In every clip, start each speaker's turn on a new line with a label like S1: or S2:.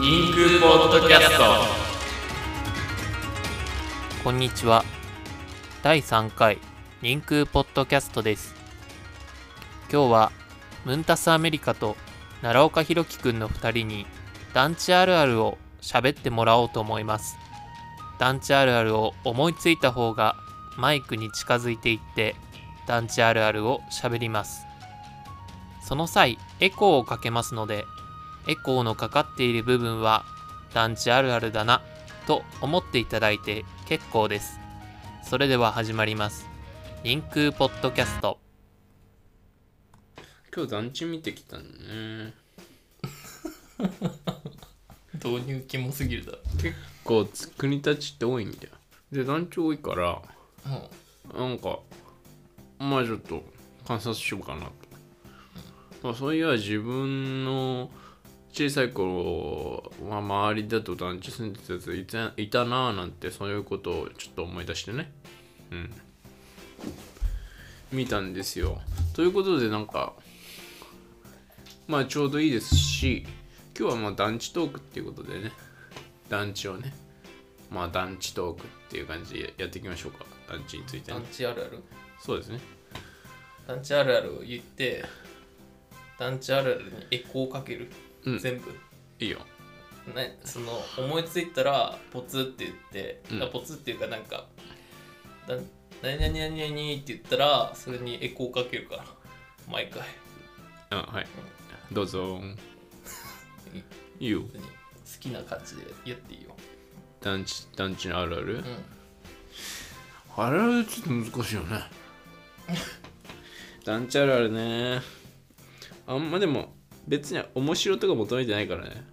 S1: 人空ポッドキャスト
S2: こんにちは。第3回、人空ポッドキャストです。今日は、ムンタスアメリカと奈良岡弘樹くんの2人に、団地あるあるを喋ってもらおうと思います。団地あるあるを思いついた方が、マイクに近づいていって、団地あるあるを喋ります。その際、エコーをかけますので、エコーのかかっている部分は、団地あるあるだなと思っていただいて結構です。それでは始まります。人空ポッドキャスト。
S1: 今日団地見てきたの ね
S2: 導入キモすぎるだろ。
S1: 結構国立ちって多いんだよで団地多いからなんかまあちょっと観察しようかなと、まあ、そういえば自分の小さい頃は周りだと団地住んでたやついたいたなあなんてそういうことをちょっと思い出してねうん見たんですよということでなんかまあちょうどいいですし今日はまあ団地トークっていうことでね団地をねまあ団地トークっていう感じでやっていきましょうか団地についてね
S2: 団地あるある
S1: そうですね。
S2: 団地あるあるを言って、団地あるあるにエコーをかける。
S1: うん
S2: 全部。
S1: いいよ。
S2: ね、その思いついたらポツって言って、
S1: うん
S2: あポツっていうかなんか、だ何々何々って言ったら、それにエコーをかけるから。毎回。
S1: あはい。どうぞ。いいよ。
S2: 別に好きな感じでやっていいよ。
S1: 団地、団地のあるある
S2: う。ん。
S1: あれはちょっと難しいよね。 団地あるあるね。あんまでも、別に面白とか求めてないからね。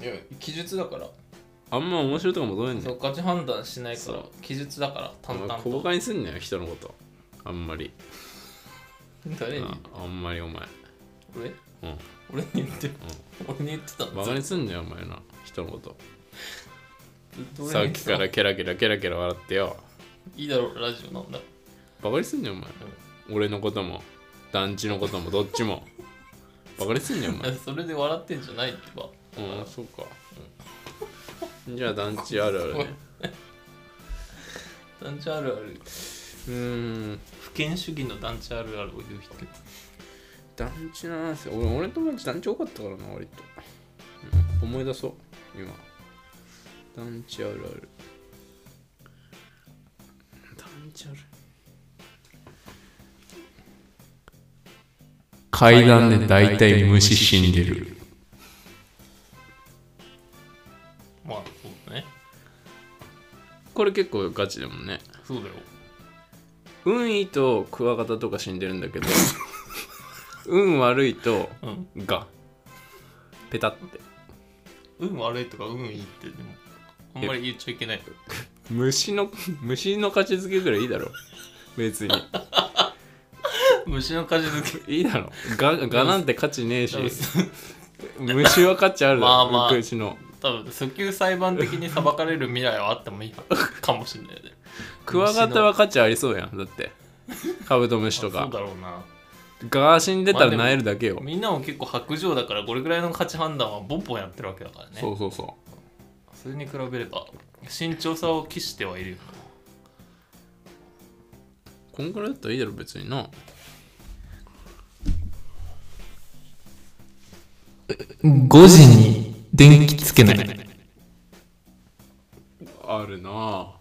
S2: うん、いや記述だから、
S1: あんま面白とか求めてな
S2: そ
S1: いう
S2: 価値判断しないか
S1: そ
S2: ら
S1: う
S2: 記述だから淡
S1: お前
S2: 々
S1: 小馬
S2: と
S1: 鹿にすんなよ、人のこと。あんまり。
S2: 誰に
S1: ああんまりお前。
S2: 俺
S1: うん。
S2: 俺に言ってる、俺に言ってたの
S1: バカにすんなよ、お前な。人のこと。
S2: どれ
S1: さっきから
S2: い
S1: ケラケラケラケラ笑ってよ。
S2: いだろラジオなんだ
S1: バカにすんねんお前、俺のことも団地のこともどっちもバカにすんねんお前
S2: それで笑ってんじゃないってば
S1: うんそうか、じゃあ団地あるあるね
S2: 団地あるある
S1: うーん
S2: 不権主義の団地あるあるを言う人
S1: 団地の話俺俺の友達団地多かったからな割と、うん思い出そう今団地あるある団地ある階段で大体虫死んでる
S2: まあそうだね
S1: これ結構ガチだもんね
S2: そうだよ
S1: 運いいとクワガタとか死んでるんだけど 運悪いと
S2: うん
S1: ガペタって
S2: 運悪いとか運いいってでもあんまり言っちゃいけない
S1: 虫の虫の価値付けぐらいいいだろ別に
S2: 虫の数付
S1: いいだろガガなんて価値ねえし虫は価値あるだろ
S2: まあまあ
S1: 虫の
S2: 多分訴求裁判的に裁かれる未来はあってもいいかもしれないね
S1: クワガタは価値ありそうやんだってカブトムシと
S2: あそ
S1: か
S2: うだろうな
S1: ガー死んでた
S2: まあで
S1: ら
S2: も
S1: なえるだけよ、
S2: みんなも結構白状だからこれぐらいの価値判断はボンボンやってるわけだからね
S1: そうそうそ
S2: それに比べれば慎重さを期してはいるよ
S1: うこんぐらいだったらいいだろ別にな
S2: 5時に電気つけない
S1: あるなあ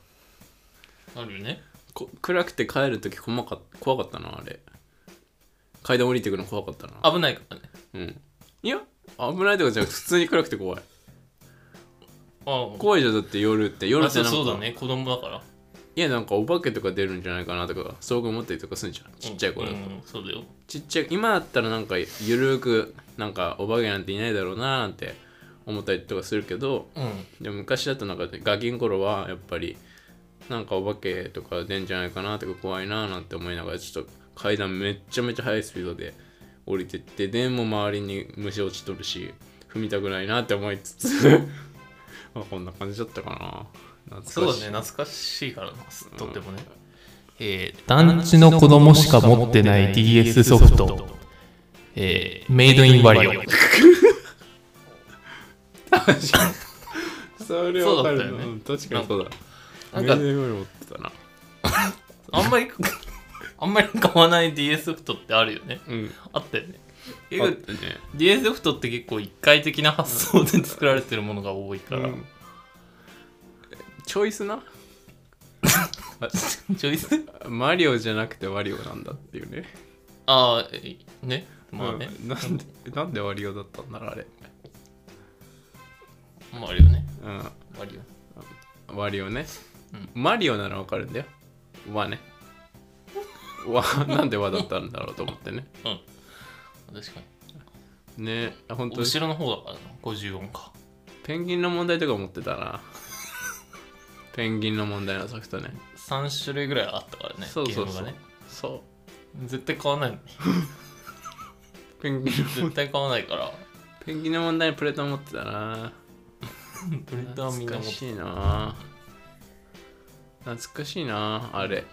S2: あるよね
S1: こ暗くて帰るとき怖か怖かったなあれ階段降りてくの怖かったな
S2: 危ないからね
S1: うんいや危ないとかじゃなくて普通に暗くて怖い
S2: ああ
S1: 怖いじゃんだって夜って夜
S2: ま
S1: っ
S2: あ
S1: て
S2: そ
S1: な
S2: うん
S1: か
S2: そうだね子供だから
S1: いやなんかお化けとか出るんじゃないかなとか遭遇持ったりとかするじゃんちっちゃい頃、
S2: うんうんそうだよ
S1: ちっちゃい今だったらなんかゆるーくなんかお化けなんていないだろうななんて思ったりとかするけど
S2: うん
S1: でも昔だとなんかガキン頃はやっぱりなんかお化けとか出んじゃないかなとか怖いななんて思いながらちょっと階段めっちゃめちゃ速いスピードで降りてってでも周りに虫落ちとるし踏みたくないなって思いつつ まあこんな感じだったかな
S2: そう
S1: 懐か
S2: だ
S1: しい
S2: ね懐かしいからなとってもね、えー
S3: 団地の子供しか持ってない DS ソフト、
S2: えーメイドインワリオ
S1: 確かにそれはわかるな
S3: そうだったよね
S1: うん確かにそうだ
S3: なん
S1: 全
S3: か
S1: 然より持ってたな
S3: あんまり あんまり買わない DS ソフトってあるよね
S1: うん
S3: あったよね結
S1: あっ
S3: 構
S1: たね
S3: DS ソフトって結構一回的な発想で作られてるものが多いか
S1: う
S3: ら、
S1: んチョイスな
S3: あチョイス
S1: マリオじゃなくてワリオなんだっていうね
S3: ああねまあね、
S1: うんなんでなんでワリオだったんだろうあれ
S3: まああるよね
S1: う
S3: あるよ
S1: んワリオね
S3: うん
S1: マリオならわかるんだよワ ねワなんでワだったんだろうと思ってね
S3: 確かに
S1: ね本当に
S3: 後ろの方だからな50音か
S1: ペンギンの問題とか持ってたな ペンギンの問題のソフトね
S3: 3種類ぐらいあったからね
S1: そうそう
S3: ゲ
S1: そ
S3: ーム
S1: う
S3: がね
S1: そ
S3: 絶対買わないの
S1: うペンギンの
S3: 絶対買わないから
S1: ペンギンの問題にプレート持ってたな
S3: プレーターみん
S1: 懐か
S3: な持って
S1: しいな懐かしいなあれ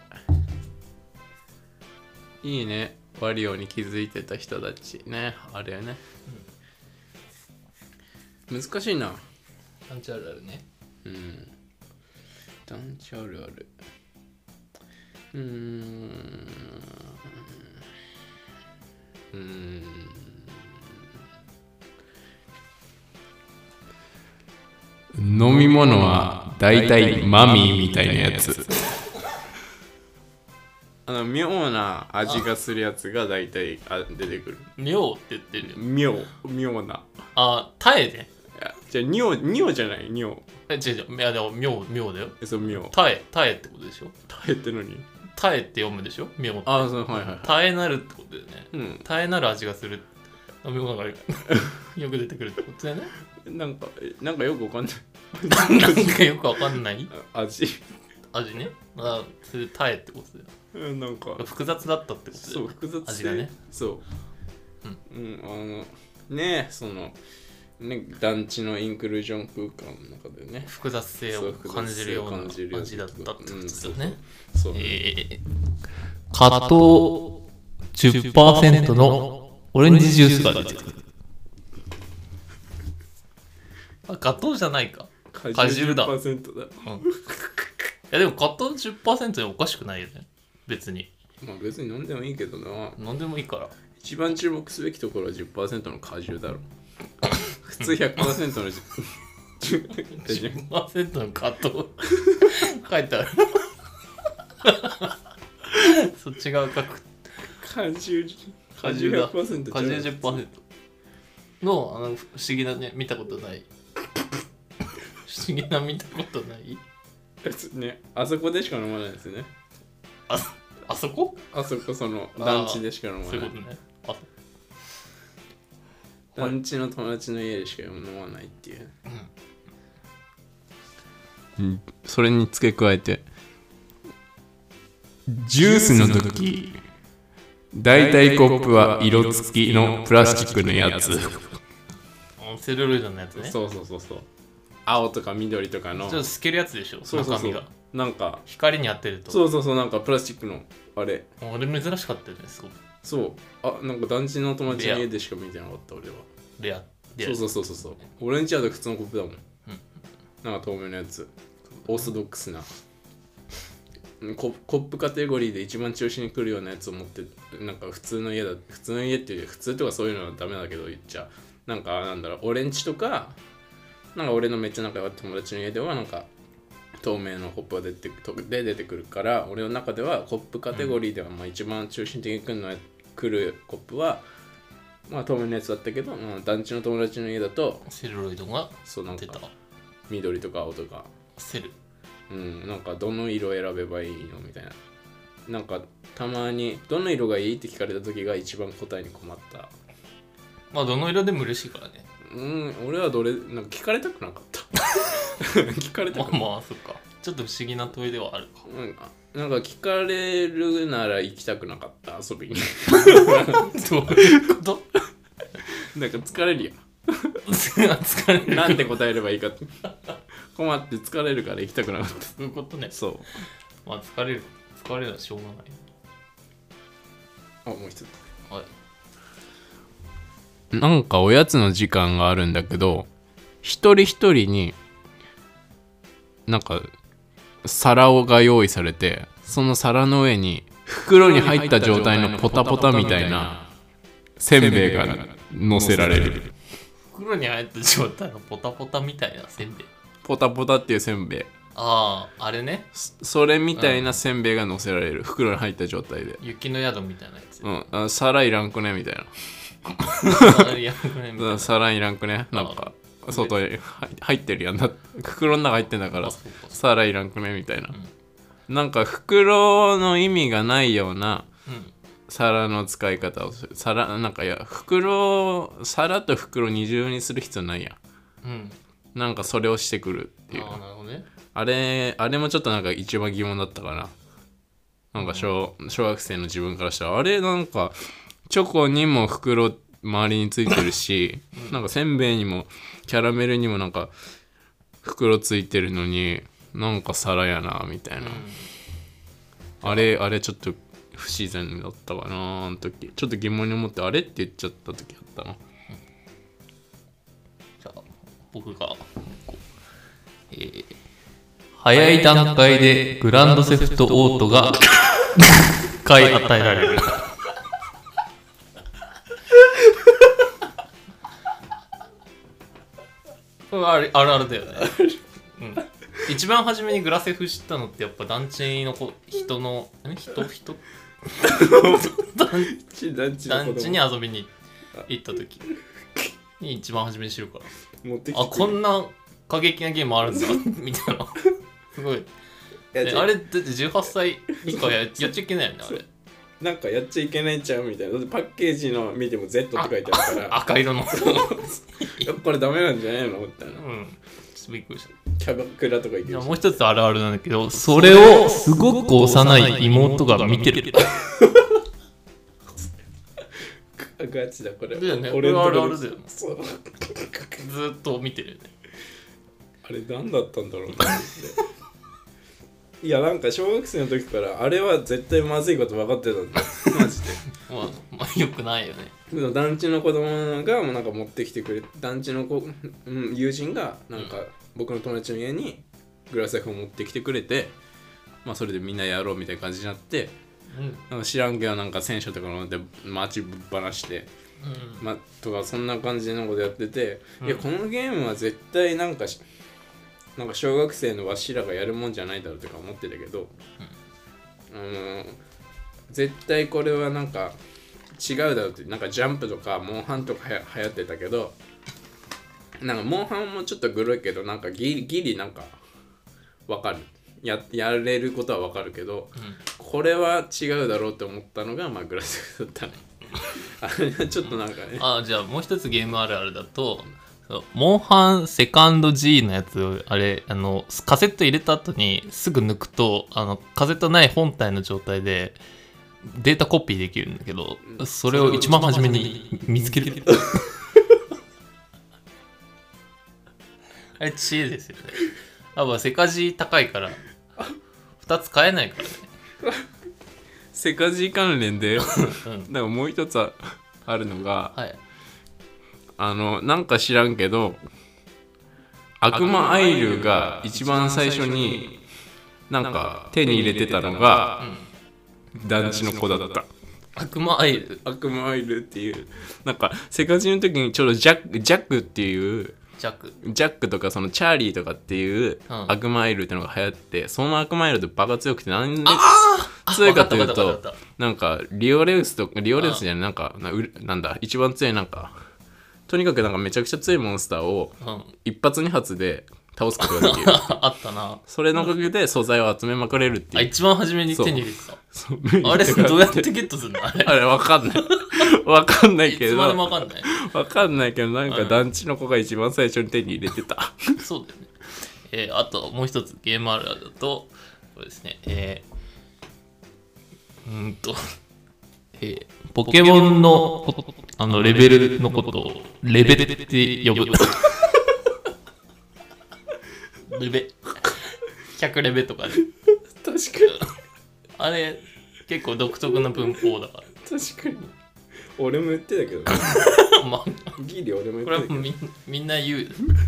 S1: いいねワリオに気づいてた人たちねあれね、難しいな
S3: パンチあるあるね
S1: うん団地あるあるうーんうーん飲み物はだいたいマミーみたいなやつあの妙な味がするやつがだいたい出てくる
S3: 妙って言ってるよ
S1: 妙妙な
S3: あ耐えね
S1: いやじゃあ尿尿じゃない尿
S3: え違う違ういやでも妙妙だよ
S1: えそう妙
S3: 耐え耐えってことでしょ
S1: 耐えてるのに
S3: 耐えって読むでしょ妙って
S1: ああ、そう、はいはいはい。
S3: 耐えなるってことだよね
S1: うん、
S3: 耐えなる味がする飲み 物がよく出てくるってことだよね
S1: なんか、えなんかよくわかんない。
S3: なんかよくわかんない
S1: あ味。
S3: 味ねあそれ耐えってことだよ
S1: うんなんか、
S3: 複雑だったってことだ
S1: そう、
S3: よ
S1: 複雑性
S3: 味がね。
S1: そう。うん、あの、ねその、ね、団地のインクルージョン空間の中でね。
S3: 複雑性を感じるよう
S1: そう複雑性を感じるよう
S3: な
S1: な
S3: 味だったってことですよね。
S1: そう。
S3: え
S2: 加糖10%のオレンジジュースが出てくる。
S3: ー、あ、ガトーじゃないか。
S1: 果
S3: 果汁だ
S1: 10%だ。
S3: うん、いやでもガトー10%でおかしくないよね。別に。
S1: まあ別に飲んでもいいけどな。
S3: 何でもいいから。
S1: 一番注目すべきところは10%の果汁だろ。普通100%のじ 果汁。
S3: 10%のガトー 書いてある。そっち側書く。
S1: 果汁。
S3: 果汁だ。果汁
S1: 100%じゃない
S3: 10%。の、あの、不思議なね、見たことない。 不思議な見たことない。
S1: ね、あそこでしか飲まないですね。
S3: あ、あそこ
S1: あそこその団地でしか飲ま
S3: そういう
S1: な
S3: こ
S1: い
S3: と。ね。あ
S1: 団地の友達の家でしか飲まないっていう。うん、それに付け加えて、ジュースの時、大体コップは色付きのプラスチックのやつ。
S3: あセルロイドのやつね。
S1: そうそうそうそう。青とか緑とかの。
S3: ちょっと透けるやつでしょ、
S1: そうそうそ
S3: 中身
S1: う
S3: が。。
S1: なんか、
S3: 光に当てると。
S1: そうそうそう、なんかプラスチックの、あれ。
S3: 俺珍しかったよね、すごく。
S1: そう。あ、なんか団地の友達の家でしか見てなかった、俺は。
S3: レア。レア
S1: そうそうそうそうそうオレンジ味は普通のコップだもん、なんか透明のやつオーソドックスなうんココップカテゴリーで一番中心に来るようなやつを持ってなんか普通の家だ普通の家っていうより普通とかそういうのはダメだけど言っちゃなんかなんだろうオレンジとかなんか俺のめっちゃ仲良い友達の家ではなんか透明のコップが出てとで出てくるから俺の中ではコップカテゴリーではまあ一番中心的に来るのは来るコップはまあ透明のやつだったけど、まあ、団地の友達の家だと
S3: セルロイドが
S1: そうなんか
S3: 出た。
S1: 緑とか青とか
S3: セル。
S1: うんなんかどの色選べばいいのみたいななんかたまにどの色がいいって聞かれた時が一番答えに困った
S3: まあ、どの色でも嬉しいか らね。
S1: うん俺はどれなんか聞かれたくなかった 聞かれた
S3: ま
S1: く
S3: あ
S1: な
S3: まあ、そっか。ちょっと不思議な問いではあるか。
S1: うんあなんか聞かれるなら行きたくなかった遊びに
S3: どういうこと
S1: なんか疲れるよ
S3: 疲れる。
S1: なんて答えればいいかって困って疲れるから行きたくなかった
S3: そういうことね。
S1: そう
S3: まあ、疲れる。疲れるのはしょうがない。
S1: あもう一つ
S3: はい。
S1: なんかおやつの時間があるんだけど一人一人になんか皿が用意されてその皿の上に袋に入った状態のポタポタみたいなせんべいが乗せられる
S2: 袋に入った状態のポタポタみたいなせんべい
S1: ポタポタっていうせんべい
S2: あああれね
S1: そそれみたいなせんべいが乗せられる袋に入った状態で
S2: 雪の宿みたいなやつ、
S1: うんあ皿いらんくねみたいな
S2: あいやこれみたい
S1: うん皿いらんくねなんか外へ入入ってるやんだ袋の中入ってんだか
S2: なあ
S1: ら
S2: そうかそ
S1: 皿いらんくねみたいな、なんか袋の意味がないような
S2: ううん
S1: 皿の使い方をする皿なんかいや袋皿と袋二重にする必要ないやん
S2: うん
S1: なんかそれをしてくるっていう
S2: ああなるほどね
S1: あれあれもちょっとなんか一番疑問だったかななんか小小学生の自分からしたらあれなんかチョコにも袋周りについてるし、なんかせんべいにもキャラメルにもなんか袋ついてるのになんか皿やなみたいな、あれあれちょっと不自然だったかなあの時ちょっと疑問に思ってあれって言っちゃった時あったな
S2: じゃあ僕が
S3: 早い段階でグランドセフトオートが回与えら れる。
S2: あれあるあるだよね、うん、一番初めにグラセフ知ったのってやっぱ団地の子人の え人人
S1: 団地
S2: 団地に遊びに行った時 に一番初めに知るから
S1: 持って
S2: あこんな過激なゲームある んだみたいなすごいえあれだって18歳以下ややっちゃいけないよねあれ
S1: なんかやっちゃいけないちゃうみたいなだってパッケージの見ても Z って書いてあるから
S2: 赤色の
S1: やっぱこれダメなんじゃないのみたいな
S2: うんちょっとびっくりした
S1: キャバクラとか行
S2: じ
S1: け
S2: ゃ
S1: る
S2: あ
S1: し
S2: もう一つあるあるなんだけど
S3: それをすごく幼い妹が見てる。
S1: ガチだこれ
S2: だよね
S1: 俺のとこ
S2: これあるあるだよね
S1: そう
S2: ずーっと見てるよね
S1: あれ何だったんだろうなっていやなんか小学生の時からあれは絶対まずいこと分かってたんだよマジで
S2: まあ、まあ、よくないよね
S1: その団地の子供がもうなんか持ってきてくれ団地の子、うん、友人がなんか僕の友達の家にグラセフを持ってきてくれて、まあ、それでみんなやろうみたいな感じになって
S2: うんうん
S1: なんか知らんけどなんか選手とか乗って街ぶっ放して、ま、とかそんな感じのことやってて、いやこのゲームは絶対なんかしなんか小学生のわしらがやるもんじゃないだろうとか思ってたけど、あの絶対これはなんか違うだろうってなんかジャンプとかモンハンとかはや流行ってたけどなんかモンハンもちょっとグロいけどなんかギリギリなんかわかるややれることはわかるけど、これは違うだろうって思ったのがまあグラスだったねあれはちょっとなんか ね
S2: あじゃあもう一つゲームあるあるだと
S3: そうモンハンセカンド G のやつあれあのカセット入れた後にすぐ抜くとあのカセットない本体の状態でデータコピーできるんだけど
S1: うん
S3: それを一番初めに見つける
S2: あれ知恵ですよねあまあセカジ高いから2つ買えないからね
S1: セカジー関連で
S2: うん
S1: なんかもう一つああるのが
S2: はい
S1: あのなんか知らんけど悪魔アイルが一番最初になんか手に入れてたのが団地の子だった
S2: 悪魔アイル
S1: 悪魔アイルっていうなんかセカジーの時にちょうどジャックジャックっていう
S2: 弱
S1: ジャックとかそのチャーリーとかっていう
S2: うん
S1: 悪魔アイルってのが流行って、その悪魔アイルってバカ強くてなんで
S2: あ
S1: 強いかという
S2: わかったわ
S1: と
S2: かったわか
S1: なんかリオレウスとかリオレウスじゃないなんかなうなんだ一番強いなんかとにかくなんかめちゃくちゃ強いモンスターを
S2: うん
S1: 一発二発で倒すことが できる
S2: あったな
S1: それのおかげで素材を集めまくれるって
S2: あ
S1: いう
S2: 一番初めに手に入れて た
S1: そう
S2: あれどうやって
S1: だか
S2: ゲットするのあ
S1: ら
S2: れ
S1: あれわかんない わかんない
S2: い
S1: け
S2: つ
S1: ど
S2: までも
S1: わ
S2: わかんない
S1: かんないけどなん
S2: う
S1: か
S2: ん
S1: 団地の子が一番最初に手に入れてた
S2: そうだよね。えーあともう一つゲームあるあるだと、これですね、えー、うーんと、 え
S3: ポケモンのことあのレベルのことをレベルって呼ぶ
S2: ー、 レ ベ、100レベとかで、
S1: 確
S2: あれ、結構独特な文法だか
S1: かに確かに俺も言ってたけど、
S2: ら。まあ、
S1: ギリ俺も
S2: これ
S1: 言ってた
S2: は
S1: け
S2: も
S1: ど
S2: うみんみんな言う。
S3: 確か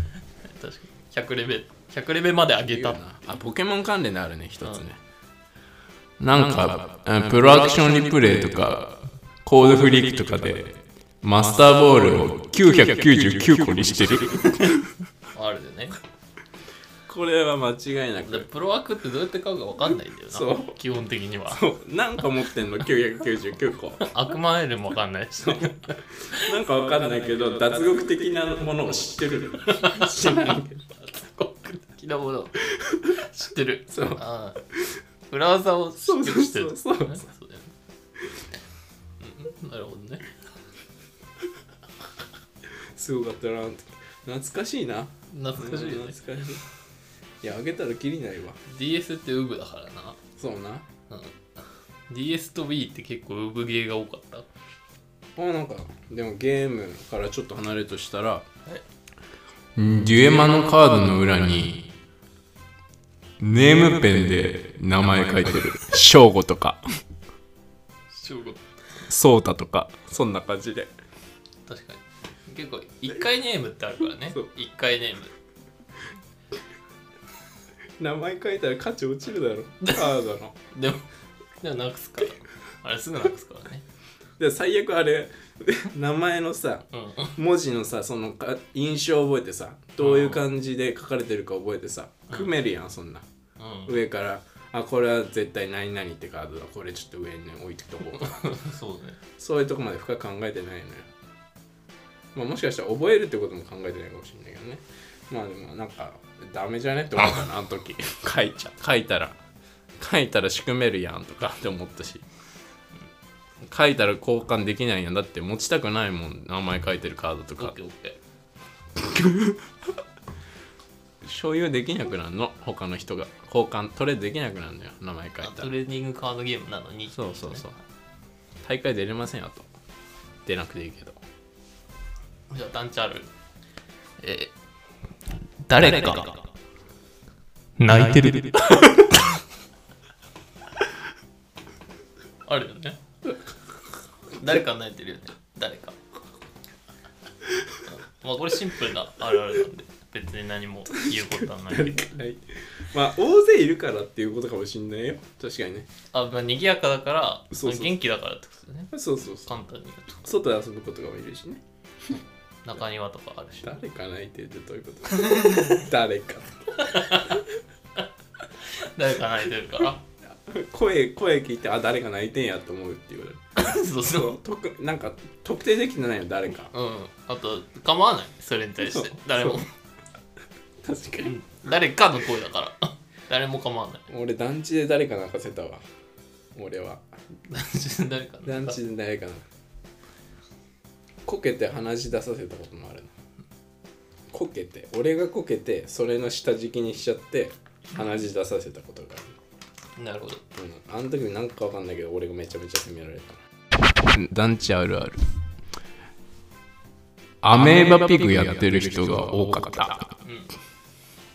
S3: に100レベル100レベルまで上げた
S1: 言うなあポケモン関連であるね一つね、なんかうんプロアクションリプレイとかコードフリークとかでマスターボールを999個にしてる
S3: あるでね
S1: これは間違いなく
S3: でプロ枠ってどうやって買うか分かんないんだよ
S1: そ
S3: な
S1: う
S3: 基本的には
S1: なんか持ってんの999個
S3: 悪魔エルも分かんないし
S1: なんかわかんないけど脱獄的なものを知ってる知らないけど
S3: きなもの知ってる
S1: そう
S3: ああ裏技を知ってる知ってる
S1: そうそうそう
S3: ねそうだよねうんなるほどね
S1: すごかったな懐かしいな
S3: 懐かしいよね
S1: 懐かしいいやあげたらきりないわ
S3: DS ってウブだからな
S1: そうな
S3: DS と Wii って結構ウブゲーが多かった
S1: あなんかでもゲームからちょっと離れるとしたら
S3: え
S1: デュエマのカードの裏にネームペンで名前書いてる翔吾とか
S3: 正午
S1: 颯太とかそんな感じで
S3: 確かに結構1回ネームってあるからね
S1: そう
S3: 1回ネーム
S1: 名前書いたら価値落ちるだろカードの
S3: でもでもなくすから あれすぐなくすからね
S1: で最悪あれ名前のさ
S3: うん
S1: 文字のさそのか印象を覚えてさどういう感じで書かれてるか覚えてさ組めるやんそんな
S3: う
S1: 上からあこれは絶対何々ってカードだこれちょっと上に置いておこうか
S3: んそうだね
S1: そういうとこまで深く考えてないのよ、まあ、もしかしたら覚えるってことも考えてないかもしれないけどねまあでもなんかダメじゃねって思ったなあの時書いちゃ書いたら書いたら仕組めるやんとか って思ったし書いたら交換できないやんだって持ちたくないもん名前書いてるカードと
S3: オッ
S1: か
S3: ケーオッケ
S1: 所有できなくなるの他の人が交換トレードできなくなるのよ名前書い
S3: ーあ
S1: たら
S3: トレーニングカードゲームなのに
S1: そうそうそう大会出れませんよと出なくていいけど
S3: じゃあ団地あるえ誰か
S2: 泣いてる。
S3: あるよね誰か泣いてるよね誰かまあこれシンプルなあるあるなんで別に何も言うことは ないけど
S1: はいまあ大勢いるからっていうことかもしんないよ確かにね
S3: あまあ賑やかだから
S1: そうそう
S3: 元気だからってことだね
S1: そうそうそう
S3: 簡単に言うと
S1: 外で遊ぶことがもいるしね
S3: 中庭とかあるし
S1: 誰か泣いてるってどういうこと 誰か
S3: 誰か泣いてるから
S1: 声声聞いてあ誰か泣いてんやと思うっていう
S3: そうそう
S1: 特なんか特定できてないの誰か
S3: うんあと構わないそれに対して
S1: そう
S3: 誰も
S1: そ確かに
S3: 誰かの声だから誰も構わない
S1: 俺団地で誰か泣かせたわ俺は
S3: 団地で誰かの
S1: 団地で誰かなこけて鼻血出させたこともあるなこけて俺がこけてそれの下敷きにしちゃって鼻血出させたことが
S3: なるほど
S1: ある、うん、あの時なんかわかんないけど俺がめちゃめちゃ責められた団地あるあるアメーバピグやってる人が多かった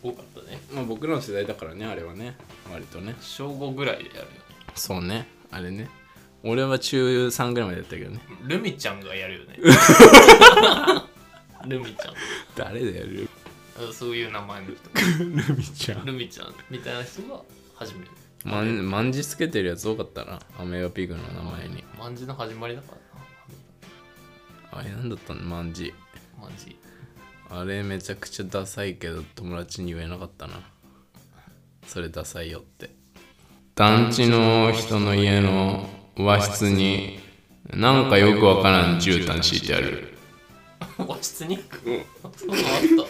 S3: 多かったね
S1: まあ僕らの世代だからねあれはね割とね
S3: 小5ぐらいでやるよね
S1: そうねあれね俺は中3ぐらいまでやったけどね
S3: ルミちゃんが やるよねルミちゃん
S1: 誰だよル
S3: あそういう名前の人
S1: ルミちゃん
S3: ルミちゃんみたいな人が始める
S1: まん、まんじつけてるやつ多かったな。アメガピグの名前に。
S3: 万字の始まりだから
S1: あれなんだったのまんじ。
S3: な万字
S1: あれめちゃくちゃダサいけど友達に言えなかったな。それダサいよって。団地の人の家の和室になんかよくわからん絨毯敷いてある。
S3: 和室に
S1: うん、
S3: そんなの あっ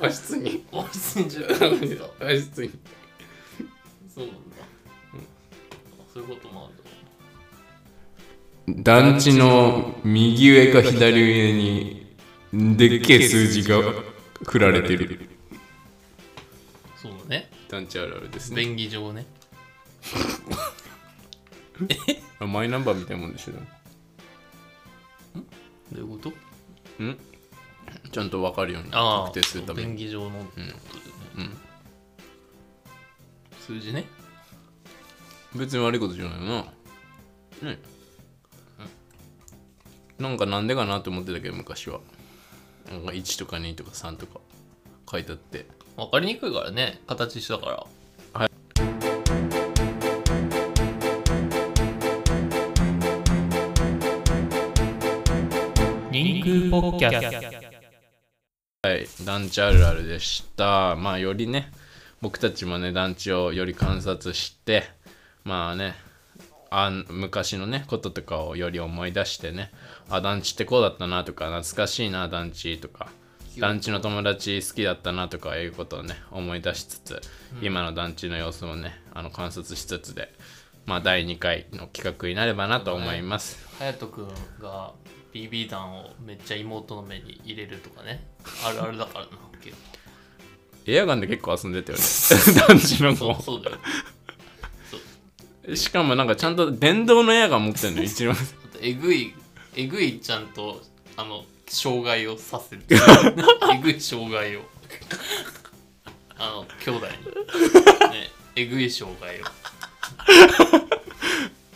S1: 和室に
S3: た和室にじゃなくてさ
S1: 和室に。
S3: そうなんだ、あそういうこともあると
S1: 団地の右上か左上にでっけえ数字が振られてる。
S3: 思うそうだね
S1: 団地あるあるですね。
S3: 便宜上ね
S1: マイナンバーみたいなもんですよ。
S3: どういうこと
S1: んちゃんと分かるように
S3: ああ
S1: 特定するため
S3: 便
S1: に
S3: 宜上のってことだよね、数字ね
S1: 別に悪いことじゃないよなねなんかなんでかなって思ってたけど昔はなんか1とか2とか3とか書いてあって
S3: 分かりにくいからね形一緒だから
S2: 人空ポッキャ
S1: はい団地あるあるでしたまあよりね僕たちもね団地をより観察してまあねあん昔のねこととかをより思い出してねあ団地ってこうだったなとか懐かしいな団地とか団地の友達好きだったなとかいうことをね思い出しつつ、今の団地の様子をねあの観察しつつでまあ第2回の企画になればなと思います、
S3: 隼人君が BB 弾をめっちゃ妹の目に入れるとかねあるあるだからな結 構
S1: エアガンで結構遊んでたよね 団地の子
S3: そうだよそう
S1: しかもなんかちゃんと電動のエアガン持ってんのよ一応
S3: あとえぐいえぐいちゃんとあの障害をさ せるえぐい障害をあの兄弟に、ね、えぐい障害を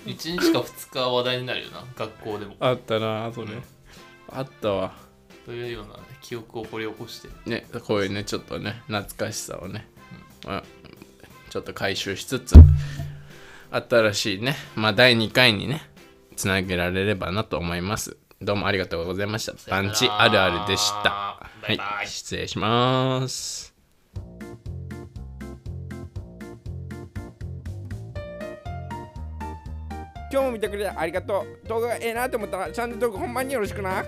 S3: 1日か2日話題になるよな学校でも
S1: あったなそれ、あったわ
S3: というようなね、記憶を掘り起こして
S1: ねこういうねちょっとね懐かしさをね、あちょっと回収しつつ新しいねまあ第2回にねつなげられればなと思いますどうもありがとうございました
S3: よなら
S1: 団地あるあるでした
S3: バイバイ
S1: はい、失礼します
S4: 今日も見てくれてありがとう動画がええなと思ったらチャンネル登録ほんまによろしくな